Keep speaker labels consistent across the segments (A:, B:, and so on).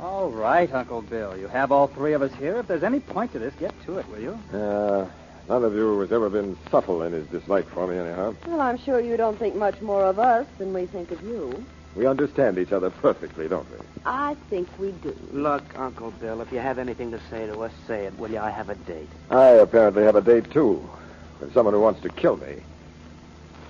A: All right, Uncle Bill. You have all three of us here. If there's any point to this, get to it, will you?
B: Uh, none of you has ever been subtle in his dislike for me, anyhow.
C: Well, I'm sure you don't think much more of us than we think of you.
B: We understand each other perfectly, don't we?
C: I think we do.
D: Look, Uncle Bill, if you have anything to say to us, say it, will you? I have a date.
B: I apparently have a date, too, with someone who wants to kill me.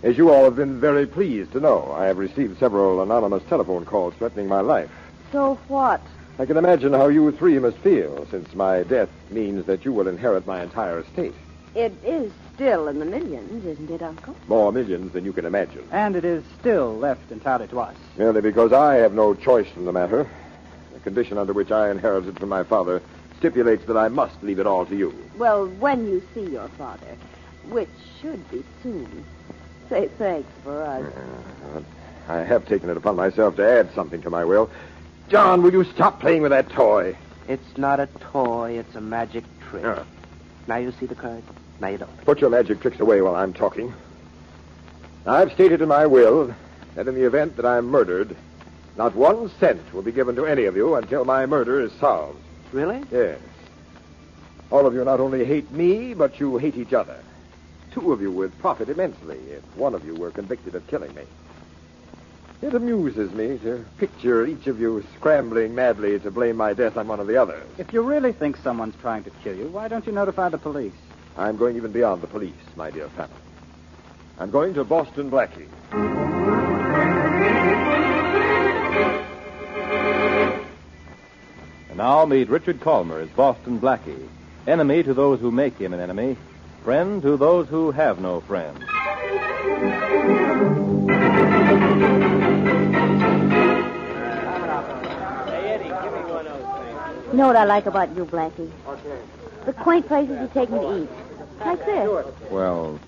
B: As you all have been very pleased to know, I have received several anonymous telephone calls threatening my life.
C: So what?
B: I can imagine how you three must feel, since my death means that you will inherit my entire estate.
C: It is still in the millions, isn't it, Uncle?
B: More millions than you can imagine.
A: And it is still left entirely to us.
B: Merely because I have no choice in the matter. The condition under which I inherited from my father stipulates that I must leave it all to you.
C: Well, when you see your father, which should be soon, say thanks for us.
B: I have taken it upon myself to add something to my will. John, will you stop playing with that toy?
D: It's not a toy, it's a magic trick.
B: Yeah.
D: Now you see the card? Now you don't.
B: Put your magic tricks away while I'm talking. I've stated in my will that in the event that I'm murdered, not one cent will be given to any of you until my murder is solved.
D: Really?
B: Yes. All of you not only hate me, but you hate each other. Two of you would profit immensely if one of you were convicted of killing me. It amuses me to picture each of you scrambling madly to blame my death on one of the others.
A: If you really think someone's trying to kill you, why don't you notify the police?
B: I'm going even beyond the police, my dear family. I'm going to Boston Blackie.
E: And now meet Richard Colmer as Boston Blackie, enemy to those who make him an enemy, friend to those who have no friend.
F: You know what I like about you, Blackie? The quaint places you take me to eat. Like this.
G: Well,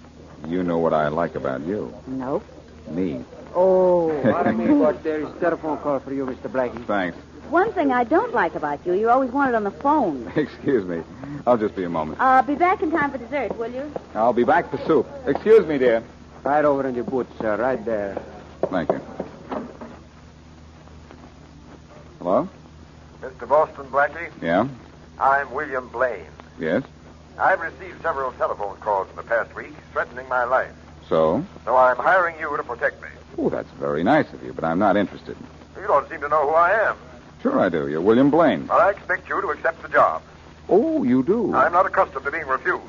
G: you know what I like about you.
F: Nope.
G: Me.
D: Oh, pardon me, but there is telephone call for you, Mr. Blackie.
G: Thanks.
F: One thing I don't like about you, you always want it on the phone.
G: Excuse me. I'll just be a moment.
F: Uh, be back in time for dessert, will you?
G: I'll be back for soup. Excuse me, dear.
D: Right over in your boots, sir, right there.
G: Thank you. Hello?
B: Mr. Boston Blackie,
G: Yeah?
B: I'm William Blaine.
G: Yes?
B: I've received several telephone calls in the past week threatening my life,
G: So?
B: so I'm hiring you to protect me.
G: Oh, that's very nice of you, but I'm not interested.
B: You don't seem to know who I am.
G: Sure I do. You're William Blaine.
B: Well, I expect you to accept the job.
G: Oh, you do?
B: I'm not accustomed to being refused.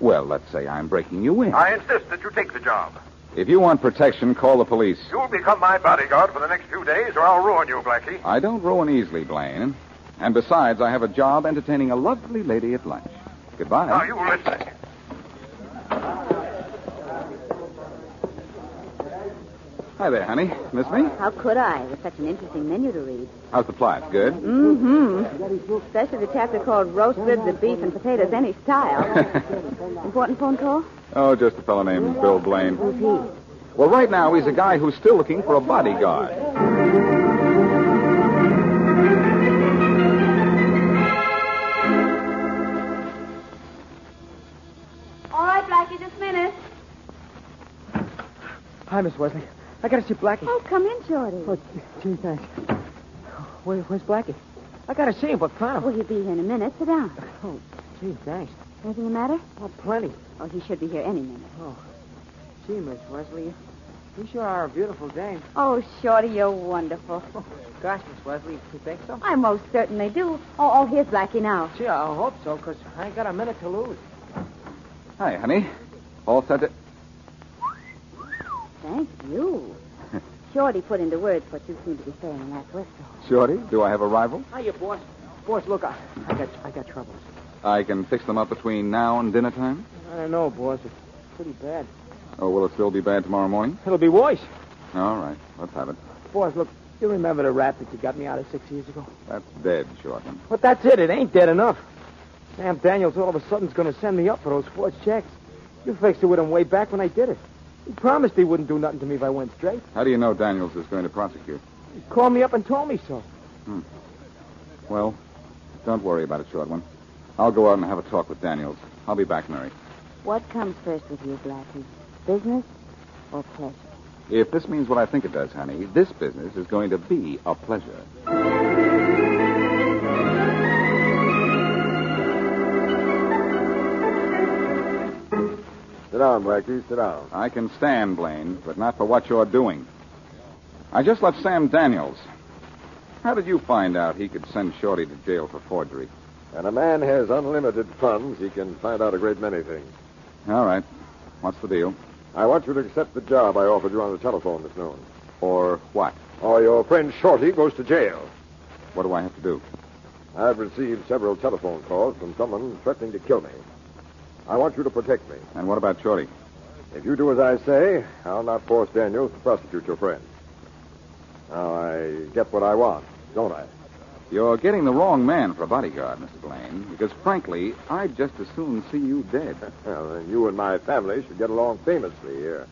G: Well, let's say I'm breaking you in.
B: I insist that you take the job.
G: If you want protection, call the police.
B: You'll become my bodyguard for the next few days, or I'll ruin you, Blackie.
G: I don't ruin easily, Blaine. And besides, I have a job entertaining a lovely lady at lunch. Goodbye.
B: Now, you listen.
G: Hi there, honey. Miss me?
F: How could I with such an interesting menu to read?
G: How's the plot? Good?
F: Mm-hmm. Especially the chapter called Roast Ribs of Beef and Potatoes Any Style. Important phone call?
G: Oh, just a fellow named Bill Blaine. Well, right now, he's a guy who's still looking for a bodyguard.
F: All right, Blackie, just a minute.
D: Hi, Miss Wesley. I gotta see Blackie.
F: Oh, come in, Shorty.
D: Oh, gee, thanks. Where, where's Blackie? I gotta see him, but found
F: Will he be here in a minute? Sit down.
D: Oh, gee, thanks.
F: Anything the matter?
D: Oh, plenty.
F: Oh, he should be here any minute.
D: Gee, Miss Wesley, you sure are a beautiful dame.
F: Oh, Shorty, you're wonderful.
D: Gosh, Miss Wesley, you think so?
F: I most certainly do. Oh, oh, here's Blackie now.
D: Gee, I hope so, 'cause I ain't got a minute to lose.
G: Hi, honey. All set to.
F: Thank you. Shorty put into words what you seem to be saying, and that's whistle.
G: Shorty, do I have a rival?
D: Hiya, boss. Boss, look, I, I got I got troubles.
G: I can fix them up between now and dinner time.
D: I don't know, boss. It's pretty bad.
G: Oh, will it still be bad tomorrow morning?
D: It'll be worse.
G: All right, let's have it.
D: Boss, look, you remember the rat that you got me out of six years ago?
G: That's dead, Shortman.
D: But that's it. It ain't dead enough. Sam Daniels all of a sudden's going to send me up for those forged checks. You fixed it with him way back when I did it. He promised he wouldn't do nothing to me if I went straight.
G: How do you know Daniels is going to prosecute?
D: He called me up and told me so.
G: Well, don't worry about it, Shortman. I'll go out and have a talk with Daniels. I'll be back, Mary.
F: What comes first with you, Blackie? Business or pleasure?
G: If this means what I think it does, honey, this business is going to be a pleasure.
B: Sit down, Blackie. Sit down.
G: I can stand, Blaine, but not for what you're doing. I just left Sam Daniels. How did you find out he could send Shorty to jail for forgery?
B: When a man has unlimited funds, he can find out a great many things.
G: All right. What's the deal?
B: I want you to accept the job I offered you on the telephone this noon,
G: Or what?
B: or your friend Shorty goes to jail.
G: What do I have to do?
B: I've received several telephone calls from someone threatening to kill me. I want you to protect me.
G: And what about Shorty?
B: If you do as I say, I'll not force Daniels to prosecute your friend. Now, I get what I want, don't I?
G: You're getting the wrong man for a bodyguard, Mr. Blaine, because frankly, I'd just as soon see you dead.
B: Well, then you and my family should get along famously here.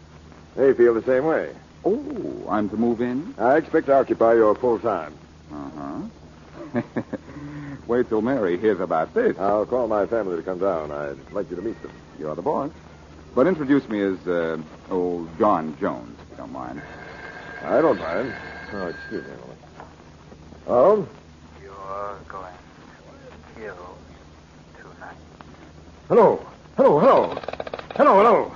B: They feel the same way.
G: Oh, I'm to move in?
B: I expect to occupy your full time.
G: Uh huh. Wait till Mary hears about this.
B: I'll call my family to come down. I'd like you to meet them.
G: You're the boss. But introduce me as, uh, old John Jones, if you don't mind.
B: I don't mind. Oh, excuse me a moment. Oh?
H: You're going to kill tonight.
B: Hello. Hello, hello. Hello, hello.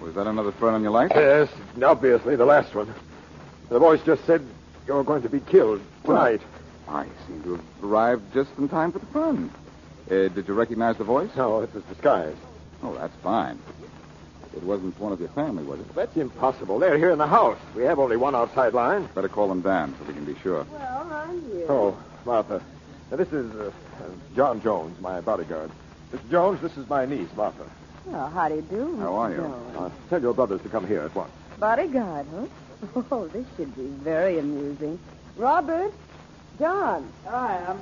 G: Was that another threat on your life?
B: Yes, obviously the last one. The voice just said you're going to be killed tonight.
G: I seem to have arrived just in time for the fun. Uh, did you recognize the voice?
B: No, it was disguised.
G: Oh, that's fine. It wasn't one of your family, was it?
B: That's impossible. They're here in the house. We have only one outside line.
G: Better call them down so we can be sure.
C: Well, I'm here.
B: Oh, Martha. Now, this is uh, uh, John Jones, my bodyguard. Mr. Jones, this is my niece, Martha.
F: Well, how do you do?
G: How are you?
B: Uh, tell your brothers to come here at once.
F: Bodyguard, huh? Oh, this should be very amusing. Robert, John,
D: I am.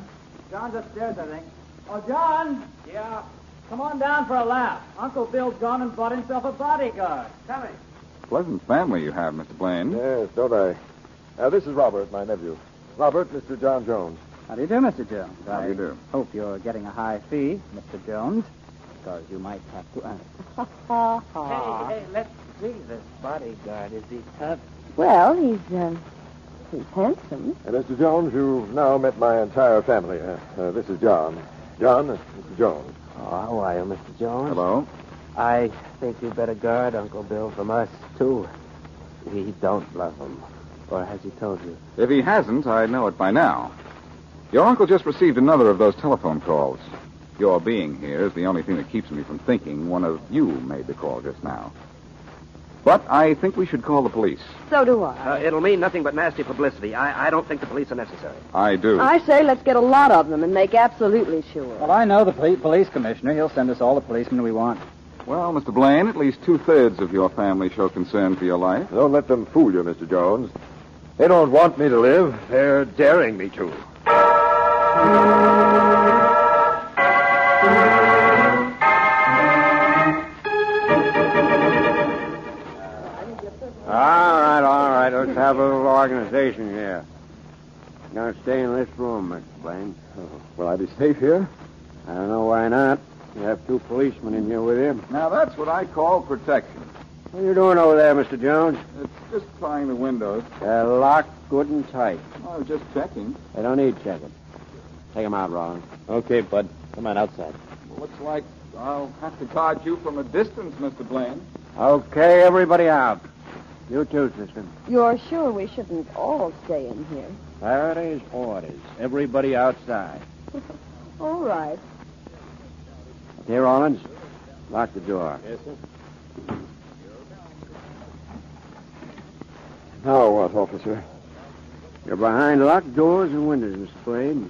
D: John's upstairs, I think. Oh, John! Yeah? Come on down for a laugh. Uncle Bill's gone and bought himself a bodyguard. Come in.
G: Pleasant family you have, Mr. Blaine.
B: Yes, don't I? Now, this is Robert, my nephew. Robert, Mr. John Jones.
A: How do you do, Mr. Jones?
G: How do you do?
A: I hope you're getting a high fee, Mr. Jones, because you might have to uh, earn it.
F: ha ha.
D: hey, let's see this bodyguard. Is he tough?
F: Well, he's uh, he's handsome.
B: And Mr. Jones, you've now met my entire family. Uh, uh, this is John. John, uh, Mr. Jones.
D: Oh, how are you, Mr. Jones?
G: Hello?
D: I think you better guard Uncle Bill from us, too. We don't love him. Or has he told you?
G: If he hasn't, I know it by now. Your uncle just received another of those telephone calls. Your being here is the only thing that keeps me from thinking one of you made the call just now. But I think we should call the police.
F: So do I.
D: Uh, it'll mean nothing but nasty publicity. I, I don't think the police are necessary.
G: I do.
F: I say let's get a lot of them and make absolutely sure.
A: Well, I know the poli- police commissioner. He'll send us all the policemen we want.
G: Well, Mr. Blaine, at least two thirds of your family show concern for your life.
B: Don't let them fool you, Mr. Jones. They don't want me to live. They're daring me to.
I: All right, all right. Let's have a little organization here. Gonna stay in this room, Mr. Blaine.
B: Will I be safe here?
I: I don't know why not. You have two policemen in here with you.
G: Now, that's what I call protection.
I: What are you doing over there, Mr. Jones?
G: It's just trying the windows.
I: They're locked good and tight.
G: I was just checking.
I: They don't need checking. Take them out, Rollins.
D: Okay, bud. Come on outside.
G: Looks like I'll have to guard you from a distance, Mr. Blaine.
I: Okay, everybody out. You too, sister.
F: You're sure we shouldn't all stay in here?
I: Faraday's orders. Everybody outside.
F: All right.
I: Here, Rollins. Lock the door.
D: Yes, sir.
B: Now what, officer?
I: You're behind locked doors and windows, Mr. Blaine.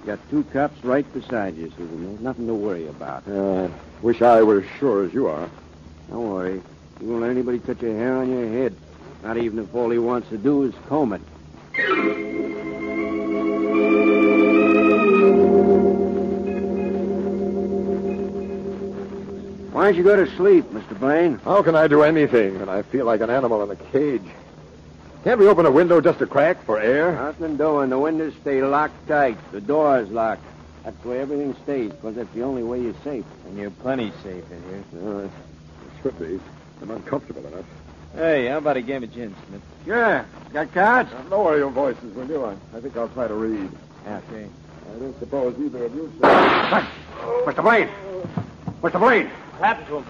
I: You got two cops right beside you, Susan. There's nothing to worry about.
B: Uh, wish I were as sure as you are.
I: Don't worry.
D: You won't let anybody touch a hair on your head. Not even if all he wants to do is comb it. Why don't you go to sleep, Mr. Blaine?
J: How can I do anything when I feel like an animal in a cage? Can't we open a window just a crack for air?
D: Nothing doing. The windows stay locked tight. The door's locked. That's the way everything stays, because that's the only way you're safe.
A: And you're plenty safe in here.
J: Uh, it should be. I'm uncomfortable enough.
A: Hey, how about a game of gin, Smith?
D: Sure. Got cards?
J: lower your voices, will you? I, I think I'll try to read.
A: Okay.
J: I don't suppose either of you should.
D: Mr. Blaine! Mr. Blaine!
A: Happened to him.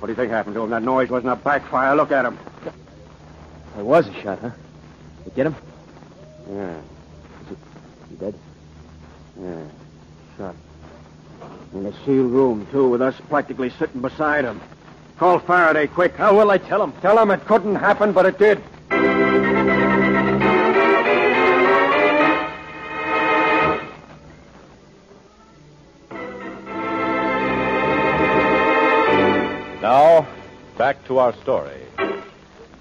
D: What do you think happened to him? That noise wasn't a backfire. Look at him.
A: It was a shot, huh? You get him?
D: Yeah,
A: He dead?
D: yeah. Shot. In the sealed room, too, with us practically sitting beside him. Call Faraday quick. How will I tell him? Tell him it couldn't happen, but it did.
K: Now, back to our story.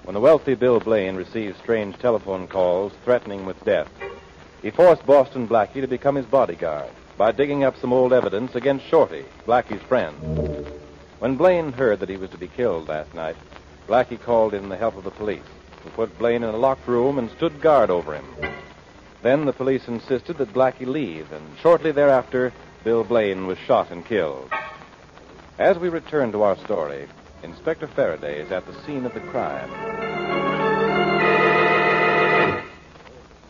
K: When the wealthy Bill Blaine received strange telephone calls threatening with death, he forced Boston Blackie to become his bodyguard by digging up some old evidence against Shorty, Blackie's friend. When Blaine heard that he was to be killed last night, Blackie called in the help of the police, who put Blaine in a locked room and stood guard over him. Then the police insisted that Blackie leave, and shortly thereafter, Bill Blaine was shot and killed. As we return to our story, Inspector Faraday is at the scene of the crime.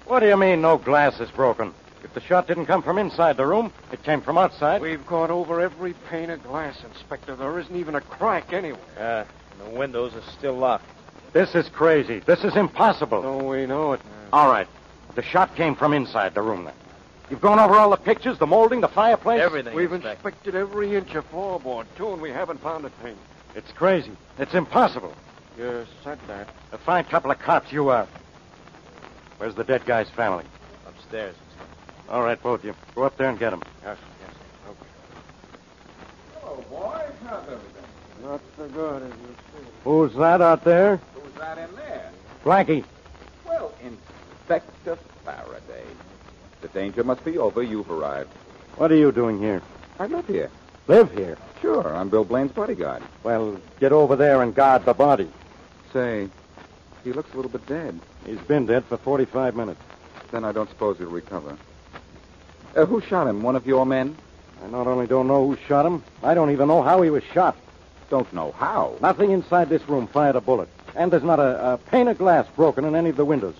B: What do you mean no glass is broken? If the shot didn't come from inside the room, it came from outside.
L: We've gone over every pane of glass, Inspector. There isn't even a crack anywhere.
A: Uh, and the windows are still locked.
B: This is crazy. This is impossible.
L: Oh, we know it.
B: All right. The shot came from inside the room then. You've gone over all the pictures, the molding, the fireplace?
L: We've inspected every inch of floorboard, too, and we haven't found a thing.
B: It's crazy. It's impossible.
L: You said that.
B: A fine couple of cops you are. Where's the dead guy's family?
A: Upstairs.
B: All right, both of you. Go up there and get him.
L: Yes, yes.
J: Hello, boys. How's everything?
D: Not so good as you
B: Who's that out there?
J: Who's that in there?
B: Blackie.
J: Well,
G: Inspector Faraday. The danger must be over. You've arrived.
B: What are you doing here?
G: I live here.
B: Live here.
G: Sure, I'm Bill Blaine's bodyguard.
B: Well, get over there and guard the body.
G: Say, he looks a little bit dead.
B: He's been dead for 45 minutes.
G: Then I don't suppose he'll recover. Uh, who shot him? One of your men?
B: I not only don't know who shot him, I don't even know how he was shot.
G: Don't know how.
B: Nothing inside this room fired a bullet. And there's not a, a pane of glass broken in any of the windows,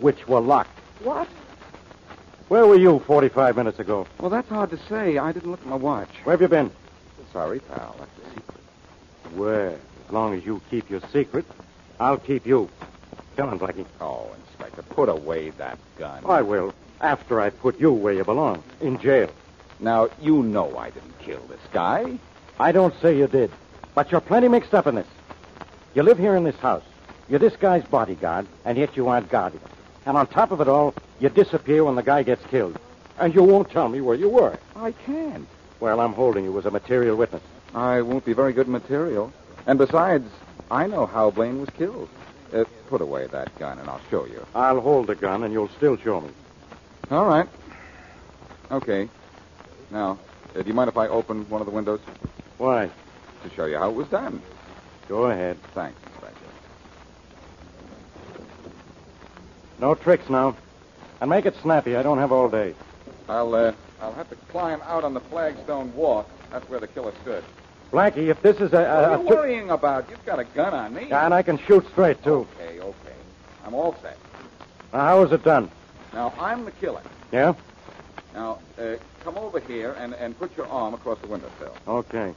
B: which were locked.
G: What?
B: Where were you 45 minutes ago?
G: Well, that's hard to say. I didn't look at my watch.
B: Where have you been?
G: Sorry, pal. That's a secret.
B: Where? As long as you keep your secret, I'll keep you. Come on, Blackie.
G: Oh, Inspector, put away that gun.
B: I will. After I put you where you belong, in jail.
G: Now, you know I didn't kill this guy.
B: I don't say you did, but you're plenty mixed up in this. You live here in this house. You're this guy's bodyguard, and yet you aren't guarding him. And on top of it all, you disappear when the guy gets killed. And you won't tell me where you were.
G: I can't.
B: Well, I'm holding you as a material witness.
G: I won't be very good material. And besides, I know how Blaine was killed. Uh, put away that gun, and I'll show you.
B: I'll hold the gun, and you'll still show me.
G: All right. Okay. Now, uh, do you mind if I open one of the windows
B: Why?
G: to show you how it was done?
B: Go ahead.
G: Thanks, Inspector.
B: No tricks now. And make it snappy. I don't have all day.
G: I'll uh, I'll have to climb out on the flagstone walk. That's where the killer stood.
B: Blackie, if this is a. a,
G: what are you
B: a-
G: worrying about? You've got a gun on me.
B: and I can shoot straight, too.
G: Okay, okay. I'm all set.
B: Now, how was it done?
G: Now I'm the killer.
B: Yeah?
G: Now uh, come over here and, and put your arm across the windowsill.
B: Okay.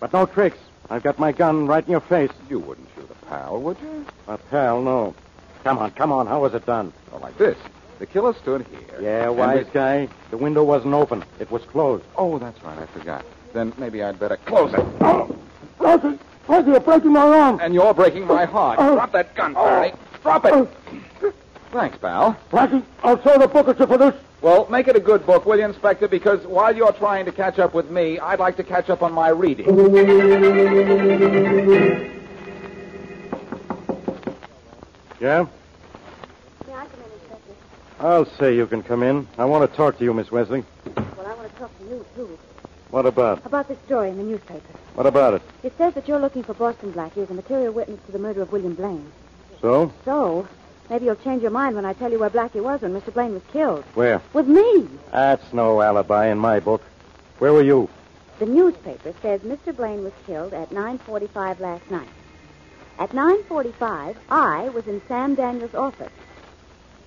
B: But no tricks. I've got my gun right in your face.
G: You wouldn't shoot a pal, would you?
B: But hell, no. Come on, come on. How was it done?
G: Well, like this. The killer stood here.
B: Yeah,
G: and
B: wise
G: this-
B: guy. The window wasn't open. It was closed.
G: Oh, that's right. I forgot. Then maybe I'd better close it.
M: Oh, Blackie! Blackie, you're breaking my arm!
G: And you're breaking my heart. Drop that gun, Faraday. Drop it. Thanks, pal.
M: Blackie, I'll sell the Booker for this!
G: Well, make it a good book, will you, Inspector? Because while you're trying to catch up with me, I'd like to catch up on my reading.
E: Yeah?
F: May I come in, Inspector?
E: I'll say you can come in. I want to talk to you, Miss Wesley.
F: Well, I want to talk to you, too.
E: What about?
F: About this story in the newspaper.
E: What about it?
F: It says that you're looking for Boston Blackie as a material witness to the murder of William Blaine.
E: So?
F: So, maybe you'll change your mind when I tell you where Blackie was when Mr. Blaine was killed.
E: Where?
F: With me.
E: That's no alibi in my book. Where were you?
F: The newspaper says Mr. Blaine was killed at 9.45 last night. At 9.45, I was in Sam Daniels' office,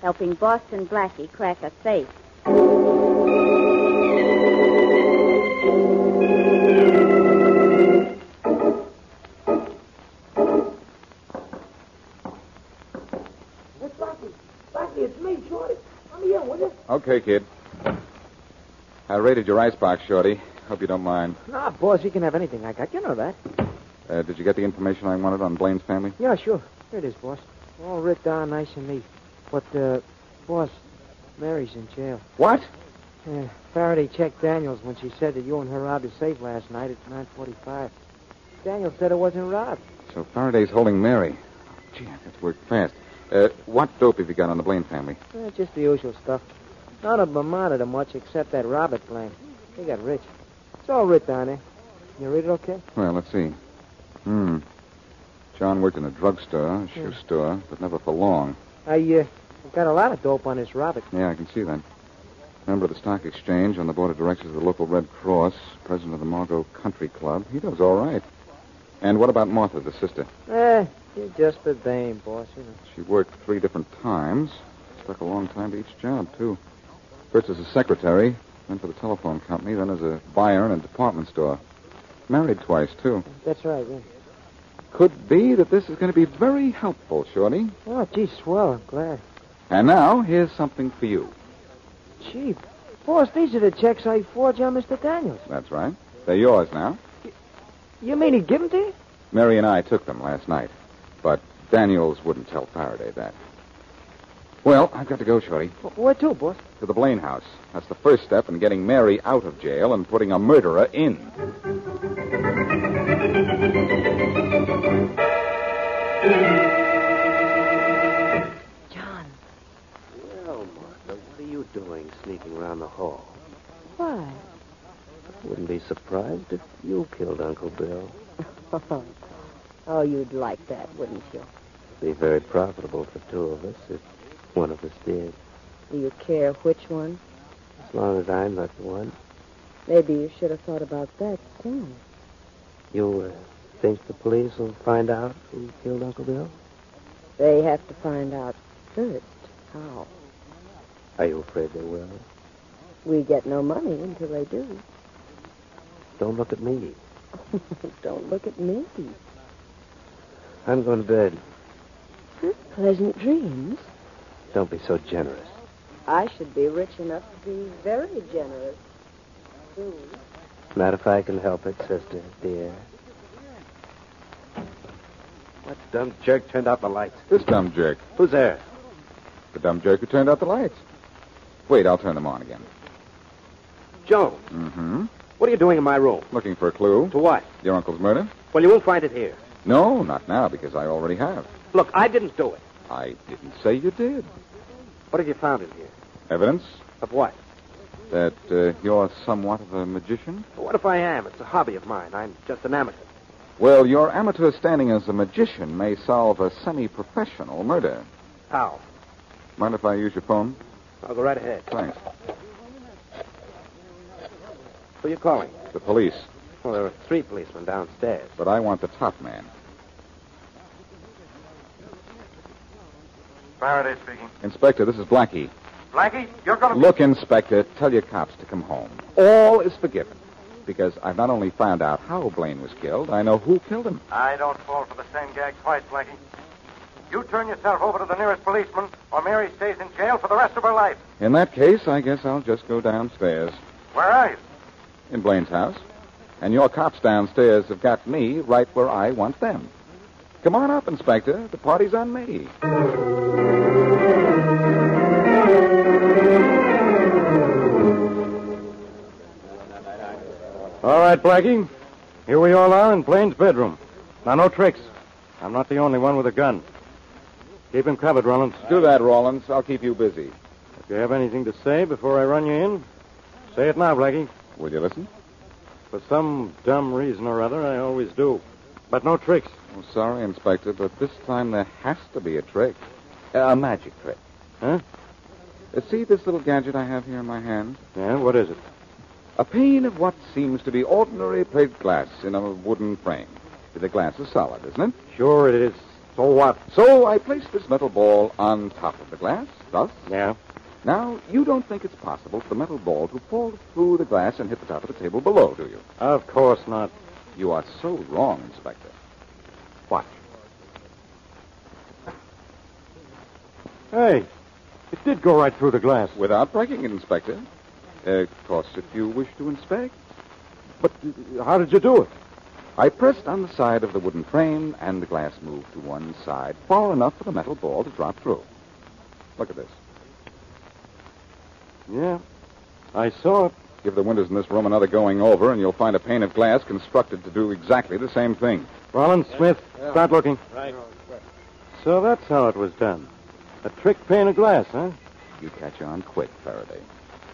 F: helping Boston Blackie crack a safe.
N: It's Blackie. Blackie, it's me, Shorty. Come here, will you?
G: Okay, kid. I raided your icebox, Shorty. Hope you don't mind.
D: Nah, Ah, boss, you can have anything I got. You know that.
G: Uh, did you get the information I wanted on Blaine's family?
D: Yeah, sure. Here it is, boss. All writ down nice and neat. But, uh, boss, Mary's in jail.
G: What?
D: Yeah, Faraday checked Daniels when she said that you and her robbed the safe last night at 9.45. Daniels said it wasn't robbed.
G: So Faraday's holding Mary. Gee, I've got to work fast. Uh, what dope have you got on the Blaine family?
D: Eh, just the usual stuff. None of them amounted to much except that Robert Blaine. He got rich. It's all writ down there. You read it okay?
G: Well, let's see. Hmm. John worked in a drugstore, a shoe
D: Hmm.
G: store, but never for long.
D: I, uh, got a lot of dope on this Robert.
G: Yeah, I can see that. Member of the stock exchange, on the board of directors of the local Red Cross, president of the Margot Country Club. He does all right. And what about Martha, the sister?
D: Eh, you're just a dame, boss, you know.
G: She worked three different times. Stuck a long time to each job, too. First as a secretary, then for the telephone company, then as a buyer in a department store. Married twice, too.
D: That's right, yeah.
G: Could be that this is going to be very helpful, Shorty.
D: Oh, gee, swell. I'm glad.
G: And now, here's something for you.
D: Gee, boss, these are the checks I forged on Mr. Daniels.
G: That's right. They're yours now.
D: You mean he give 'em to you?
G: Mary and I took them last night, but Daniels wouldn't tell Faraday that. Well, I've got to go, Shorty,
D: Wh- Where to, boss?
G: to the Blaine house. That's the first step in getting Mary out of jail and putting a murderer in.
I: Well, Martha, what are you doing sneaking around the hall?
C: Why?
I: Wouldn't be surprised if you killed Uncle Bill.
C: oh, you'd like that, wouldn't you?
I: Be very profitable for two of us if one of us did.
C: Do you care which one?
I: As long as I'm not the one.
C: Maybe you should have thought about that, too.
I: You uh, think the police will find out who killed Uncle Bill?
C: They have to find out first how.
I: Are you afraid they will?
C: We get no money until they do.
I: Don't look at me.
C: Don't look at me.
I: I'm going to bed.
C: Pleasant dreams.
I: Don't be so generous.
C: I should be rich enough to be very generous. too.
I: Not if I can help it, sister, dear. What dumb jerk turned out the lights?
G: This dumb jerk.
I: Who's there?
G: The dumb jerk who turned out the lights. Wait, I'll turn them on again.
O: Jones,
G: Mm-hmm.
O: what are you doing in my room?
G: Looking for a clue.
O: To what?
G: Your uncle's murder?
O: Well, you won't find it here.
G: No, not now, because I already have.
O: Look, I didn't do it.
G: I didn't say you did.
O: What have you found in here?
G: Evidence
O: Of what?
G: that uh, you're somewhat of a magician?
O: What if I am? It's a hobby of mine. I'm just an amateur.
G: Well, your amateur standing as a magician may solve a semi-professional murder.
O: How?
G: Mind if I use your phone?
O: I'll go right ahead.
G: Thanks.
O: Who are you calling?
G: The police.
O: Well, there are three policemen downstairs.
G: But I want the top man.
H: Faraday speaking.
G: Inspector, this is Blackie.
H: Blackie, you're going to
G: Look, Inspector, tell your cops to come home. All is forgiven. Because I've not only found out how Blaine was killed, I know who killed him.
H: I don't fall for the same gag twice, Blackie. You turn yourself over to the nearest policeman, or Mary stays in jail for the rest of her life.
G: In that case, I guess I'll just go downstairs
H: Where are you?
G: in Blaine's house. And your cops downstairs have got me right where I want them. Come on up, Inspector. The party's on me.
E: All right, Blackie. Here we all are in Blaine's bedroom. Now, no tricks. I'm not the only one with a gun.
B: Keep him covered, Rollins.
G: Do that, Rollins. I'll keep you busy.
B: If you have anything to say before I run you in, say it now, Blackie.
G: Will you listen?
B: For some dumb reason or other, I always do. But no tricks.
G: Oh, sorry, Inspector, but this time there has to be a trick. A magic trick.
B: Huh?
G: Uh, See this little gadget I have here in my hand?
B: Yeah, what is it?
G: A pane of what seems to be ordinary plate glass in a wooden frame. The glass is solid, isn't it?
B: Sure it is. So what?
G: So I place this metal ball on top of the glass, thus.
B: Yeah.
G: Now, you don't think it's possible for the metal ball to fall through the glass and hit the top of the table below, do you?
B: Of course not.
G: You are so wrong, Inspector.
B: What? Hey, it did go right through the glass.
G: Without breaking it, Inspector. Uh, of course, if you wish to inspect.
B: But uh, how did you do it?
G: I pressed on the side of the wooden frame, and the glass moved to one side, far enough for the metal ball to drop through. Look at this.
B: Yeah, I saw it.
G: Give the windows in this room another going over, and you'll find a pane of glass constructed to do exactly the same thing.
B: Rollins, Smith, start looking.
P: Right.
B: So that's how it was done. A trick pane of glass, huh?
G: You catch on quick, Faraday.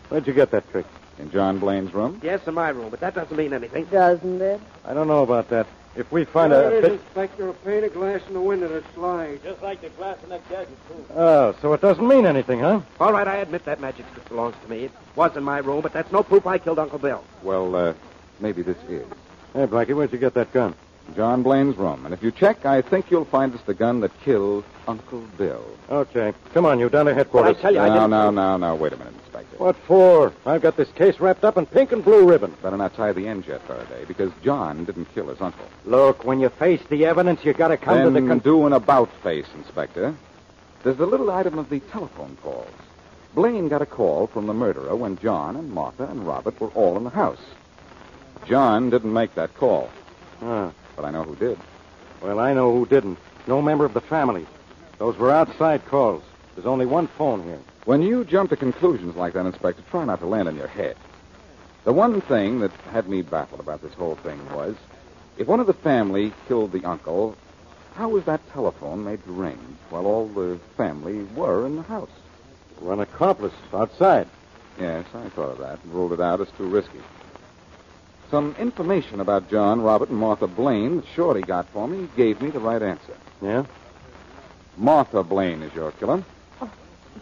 B: Where'd you get that trick?
G: In John Blaine's room?
D: Yes, in my room, but that doesn't mean anything.
Q: Doesn't it?
B: I don't know about that. If we find
L: There
B: a
L: it is,
B: bit...
L: Inspector. A pane of glass in the window that slides. Just like the glass in that gadget, too.
B: Oh, so it doesn't mean anything, huh?
D: All right, I admit that magic trick belongs to me. It was in my room, but that's no proof I killed Uncle Bill.
G: Well, uh, maybe this is.
B: Hey, Blackie, where'd you get that gun?
G: John Blaine's room. And if you check, I think you'll find it's the gun that killed Uncle Bill.
B: Okay. Come on, you down to headquarters.
G: no, no, no, no. Wait a minute, Inspector.
B: What for? I've got this case wrapped up in pink and blue ribbon.
G: Better not tie the end yet, Faraday, because John didn't kill his uncle.
B: Look, when you face the evidence, you gotta come
G: then
B: to the con-
G: do an about face, Inspector. There's the little item of the telephone calls. Blaine got a call from the murderer when John and Martha and Robert were all in the house. John didn't make that call,
B: Ah,
G: but I know who did.
B: well, I know who didn't. No member of the family. Those were outside calls. There's only one phone here.
G: When you jump to conclusions like that, Inspector, try not to land on your head. The one thing that had me baffled about this whole thing was if one of the family killed the uncle, how was that telephone made to ring while all the family were in the house?
B: We're an accomplice outside.
G: Yes, I thought of that and ruled it out as too risky. Some information about John, Robert, and Martha Blaine that Shorty got for me gave me the right answer.
B: Yeah?
G: Martha Blaine is your killer.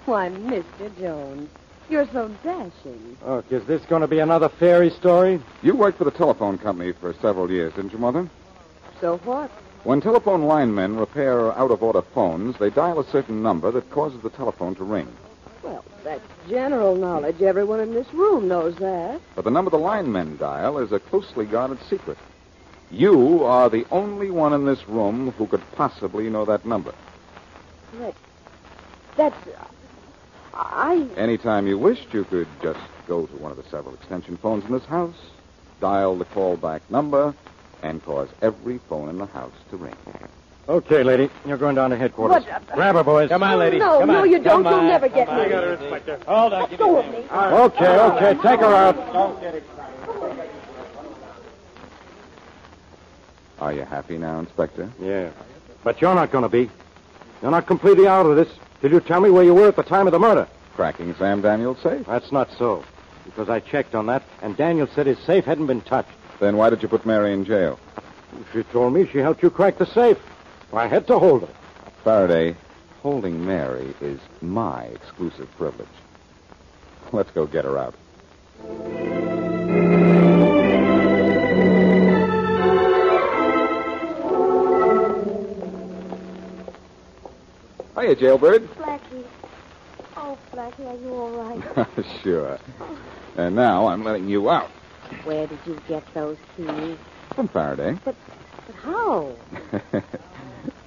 Q: Why, Mr. Jones, you're so dashing.
B: Look, is this going to be another fairy story?
G: You worked for the telephone company for several years, didn't you, Mother?
Q: So what?
G: When telephone linemen repair out of order phones, they dial a certain number that causes the telephone to ring.
Q: Well, that's general knowledge. Everyone in this room knows that.
G: But the number the linemen dial is a closely guarded secret. You are the only one in this room who could possibly know that number.
Q: That, that's. uh, I.
G: Anytime you wished, you could just go to one of the several extension phones in this house, dial the callback number, and cause every phone in the house to ring.
B: Okay, lady. You're going down to headquarters.
Q: What, uh,
B: Grab her, boys.
D: Come on, lady.
Q: No,
D: Come
Q: no,
D: on.
Q: you don't.
D: Come
Q: You'll
D: on.
Q: never get
D: Come
Q: me.
D: on.
L: Inspector. Hold on.
Q: Let go of me.
B: Okay, okay. Take her out.
L: Don't get excited.
G: Are you happy now, Inspector?
B: Yeah. But you're not going to be. You're not completely out of this till you tell me where you were at the time of the murder.
G: Cracking Sam Daniels safe?
B: That's not so. Because I checked on that, and Daniel said his safe hadn't been touched.
G: Then why did you put Mary in jail?
B: She told me she helped you crack the safe. I had to hold her.
G: Faraday, holding Mary is my exclusive privilege. Let's go get her out. Hiya, jailbird.
F: Blackie. Oh, Blackie, are you all right?
G: sure. And now I'm letting you out
F: Where did you get those keys?
G: from Faraday.
F: But how?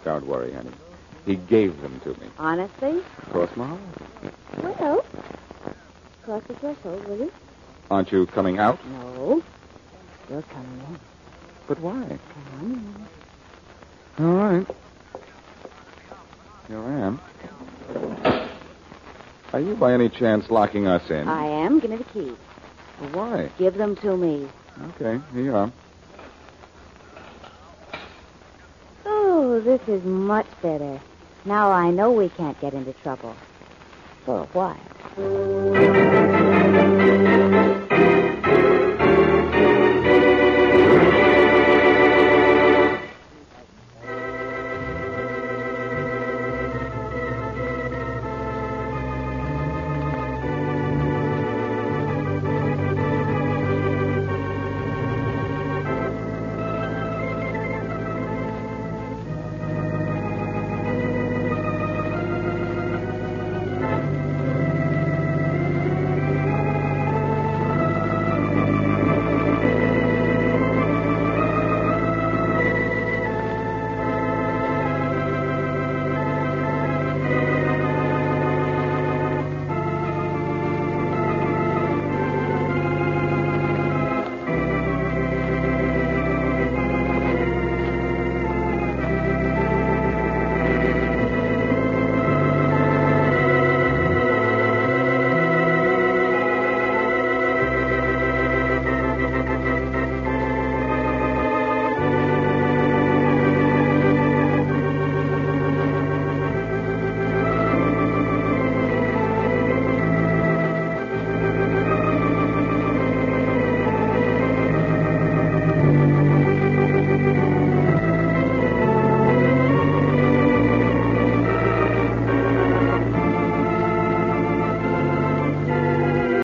G: Don't worry, honey. He gave them to me.
F: Honestly?
G: Of course not.
F: Well, cross the threshold, will you?
G: Aren't you coming out?
F: No. You're coming in.
G: But why?
F: Come on in.
G: All right. Here I am. Are you by any chance locking us in?
F: I am. Give me the keys.
G: Well, Why?
F: Give them to me.
G: Okay, here you are.
F: Oh, this is much better. Now I know we can't get into trouble. For a while.